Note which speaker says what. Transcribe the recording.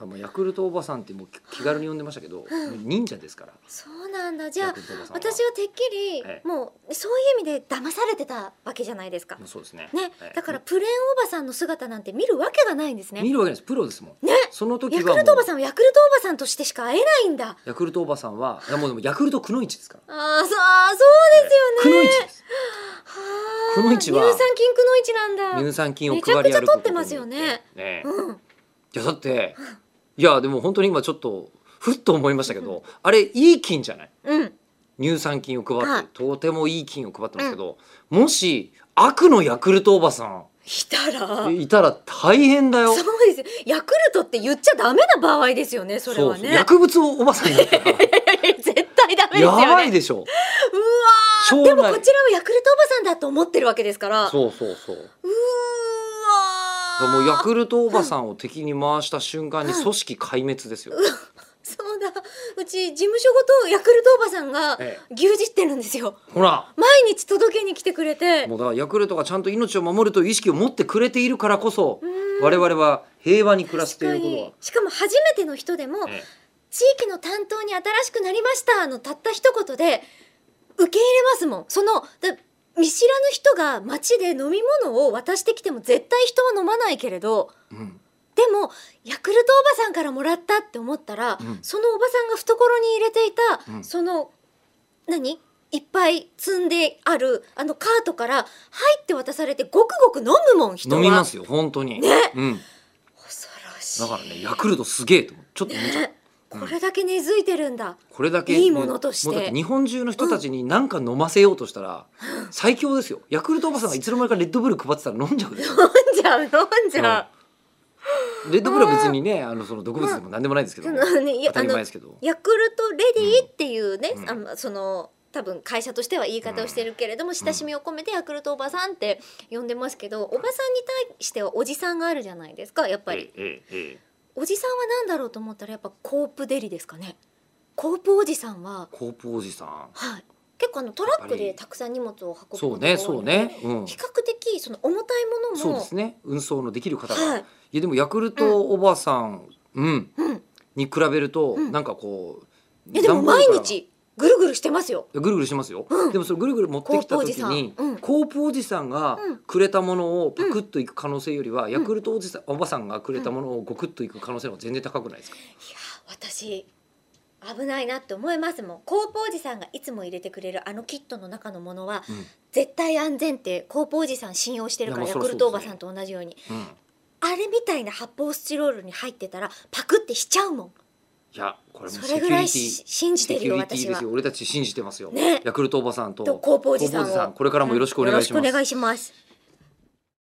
Speaker 1: あもうヤクルトおばさんってもう気気軽に呼んでましたけど、忍者ですから。
Speaker 2: そうなんだじゃ
Speaker 1: ヤ
Speaker 2: あ
Speaker 1: クルトおばさんは
Speaker 2: 私はてっきり
Speaker 1: ええ
Speaker 2: もうそういう意味で騙されてたわけじゃないですか
Speaker 1: もうそうですね。
Speaker 2: ね
Speaker 1: ええ
Speaker 2: だからプレーンおばさんの姿なんて見るわけがないんですね
Speaker 1: 見るわけないです。プロですもん。
Speaker 2: ね
Speaker 1: その時
Speaker 2: ヤ
Speaker 1: は
Speaker 2: ク
Speaker 1: もう
Speaker 2: ルトおばさんはヤクルトおばさんとしてしか会えないんだ
Speaker 1: ヤクルトおばさんは、いやもうでもヤクルトくのいちですから。
Speaker 2: あーそうあーそうです
Speaker 1: く
Speaker 2: よ
Speaker 1: の
Speaker 2: ね
Speaker 1: いちです。
Speaker 2: はー
Speaker 1: くのいちは
Speaker 2: 乳酸菌くのいちなんだ
Speaker 1: 乳酸菌を配り歩くことによ
Speaker 2: めちゃくちゃ取ってますよね。
Speaker 1: ねえ
Speaker 2: うん
Speaker 1: いやだって、いやでも本当に今ちょっとふっと思いましたけど、あれいい菌じゃない？
Speaker 2: うん
Speaker 1: 乳酸菌を配って、
Speaker 2: はい
Speaker 1: とてもいい菌を配ってますけど、もし悪のヤクルトおばさ
Speaker 2: いたら
Speaker 1: んいたら大変だよ。
Speaker 2: そうですよヤクルトって言っちゃダメな場合ですよねそれは
Speaker 1: そう
Speaker 2: ね
Speaker 1: そう薬物おばさんになったら
Speaker 2: 絶対 ダメで
Speaker 1: や
Speaker 2: すよね
Speaker 1: ばいでしょ。
Speaker 2: うわ
Speaker 1: 将
Speaker 2: ー
Speaker 1: 来
Speaker 2: でもこちらはヤクルトおばさんだと思ってるわけですからう
Speaker 1: そうそうそう。
Speaker 2: ー
Speaker 1: だから
Speaker 2: わ
Speaker 1: も
Speaker 2: ー
Speaker 1: うヤクルトおばさんを敵に回した瞬間に
Speaker 2: うん
Speaker 1: 組織壊滅ですよ。
Speaker 2: そうだうち事務所ごとヤクルトおばさんが
Speaker 1: え
Speaker 2: 牛耳ってるんですよ
Speaker 1: ほら、
Speaker 2: 毎日届けに来てくれて
Speaker 1: もうだからヤクルトがちゃんと命を守るという意識を持ってくれているからこそ、
Speaker 2: うん
Speaker 1: 我々は平和に暮らす
Speaker 2: 確
Speaker 1: と
Speaker 2: か
Speaker 1: いう
Speaker 2: に
Speaker 1: こ
Speaker 2: しかも初めての人でも
Speaker 1: とは、え
Speaker 2: 地域の担当に新しくなりましたのたった一言で受け入れますもんそのだ見知らぬ人が街で飲み物を渡してきても絶対人は飲まないけれど
Speaker 1: えうん、
Speaker 2: でもヤクルトおばさんからもらったって思ったら、
Speaker 1: うん
Speaker 2: そのおばさんが懐に入れていた、
Speaker 1: うん
Speaker 2: その何いっぱい積んであるあのカートから入って渡されてごくごく飲むもん人は
Speaker 1: 飲みますよ本当に。
Speaker 2: ね
Speaker 1: うん。
Speaker 2: 恐ろしい
Speaker 1: だからねヤクルトすげえと思うちょっと思っちゃう
Speaker 2: ねこれだけ根付いてるんだ、
Speaker 1: これだけ
Speaker 2: いいものとして
Speaker 1: うだって日本中の人たちに何か飲ませようとしたら、最強ですよヤクルトおばさんがいつの間にかレッドブル配ってたら飲んじゃうでしょ
Speaker 2: 飲んじゃう飲んじゃう、
Speaker 1: レッドブルは別にねあのその毒物でも何でもないんですけど、
Speaker 2: そのねいや
Speaker 1: 当たり前ですけど
Speaker 2: あのヤクルトレディっていうね、
Speaker 1: うん
Speaker 2: あのその多分会社としては言い方をしてるけれども、親しみを込めてヤクルトおばさんって呼んでますけど、おばさんに対してはおじさんがあるじゃないですかやっぱり、
Speaker 1: ええええ
Speaker 2: おじさんは何だろうと思ったらやっぱコープデリですかねコープおじさんは
Speaker 1: コープおじさん
Speaker 2: はい結構あのトラック
Speaker 1: やっぱ
Speaker 2: で
Speaker 1: り
Speaker 2: たくさん荷物を運ぶこと
Speaker 1: そ
Speaker 2: が
Speaker 1: う
Speaker 2: 多い
Speaker 1: ねそうね、うん、
Speaker 2: 比較的その重たいもの
Speaker 1: そう
Speaker 2: も
Speaker 1: ですね運送のできる方が、
Speaker 2: はい
Speaker 1: い、やでもヤクルトおばさん、うん
Speaker 2: うん
Speaker 1: に比べると、
Speaker 2: うん
Speaker 1: なんかこう
Speaker 2: いやでも
Speaker 1: 段ボール
Speaker 2: 毎
Speaker 1: から
Speaker 2: 日ぐるぐるしてますよ
Speaker 1: ぐるぐるしますよ、
Speaker 2: うん
Speaker 1: でもそれぐるぐる持ってきた時に
Speaker 2: コープおじさんうん
Speaker 1: コープおじさんが
Speaker 2: うん
Speaker 1: くれたものをパクッといく可能性よりは、ヤクルトおじさんおばさんがくれたものをゴクッといく可能性の方が全然高くないですか、
Speaker 2: いや私危ないなって思いますもんコープおじさんがいつも入れてくれるあのキットの中のものは
Speaker 1: うん
Speaker 2: 絶対安全ってコープおじさん信用してるから
Speaker 1: いや
Speaker 2: ヤ
Speaker 1: まあ
Speaker 2: ク
Speaker 1: そ
Speaker 2: ルト
Speaker 1: りゃ
Speaker 2: お
Speaker 1: そうで
Speaker 2: ば
Speaker 1: す
Speaker 2: さ
Speaker 1: ね
Speaker 2: んと同じように
Speaker 1: うんい
Speaker 2: あれみたいな発泡スチロールに入ってたらパクってしちゃうもん
Speaker 1: やこれもう
Speaker 2: そ
Speaker 1: セ
Speaker 2: れ
Speaker 1: キュリ
Speaker 2: ぐ
Speaker 1: テ
Speaker 2: ら
Speaker 1: ィ
Speaker 2: いし信じてるよ
Speaker 1: セキュリティ
Speaker 2: 私
Speaker 1: で
Speaker 2: は
Speaker 1: すよ俺たち信じてますよ、
Speaker 2: ね
Speaker 1: ヤクルトおばさんと
Speaker 2: とコープおじさん
Speaker 1: コープ
Speaker 2: を
Speaker 1: これからもよろしくお願いします、
Speaker 2: よろしくお願いします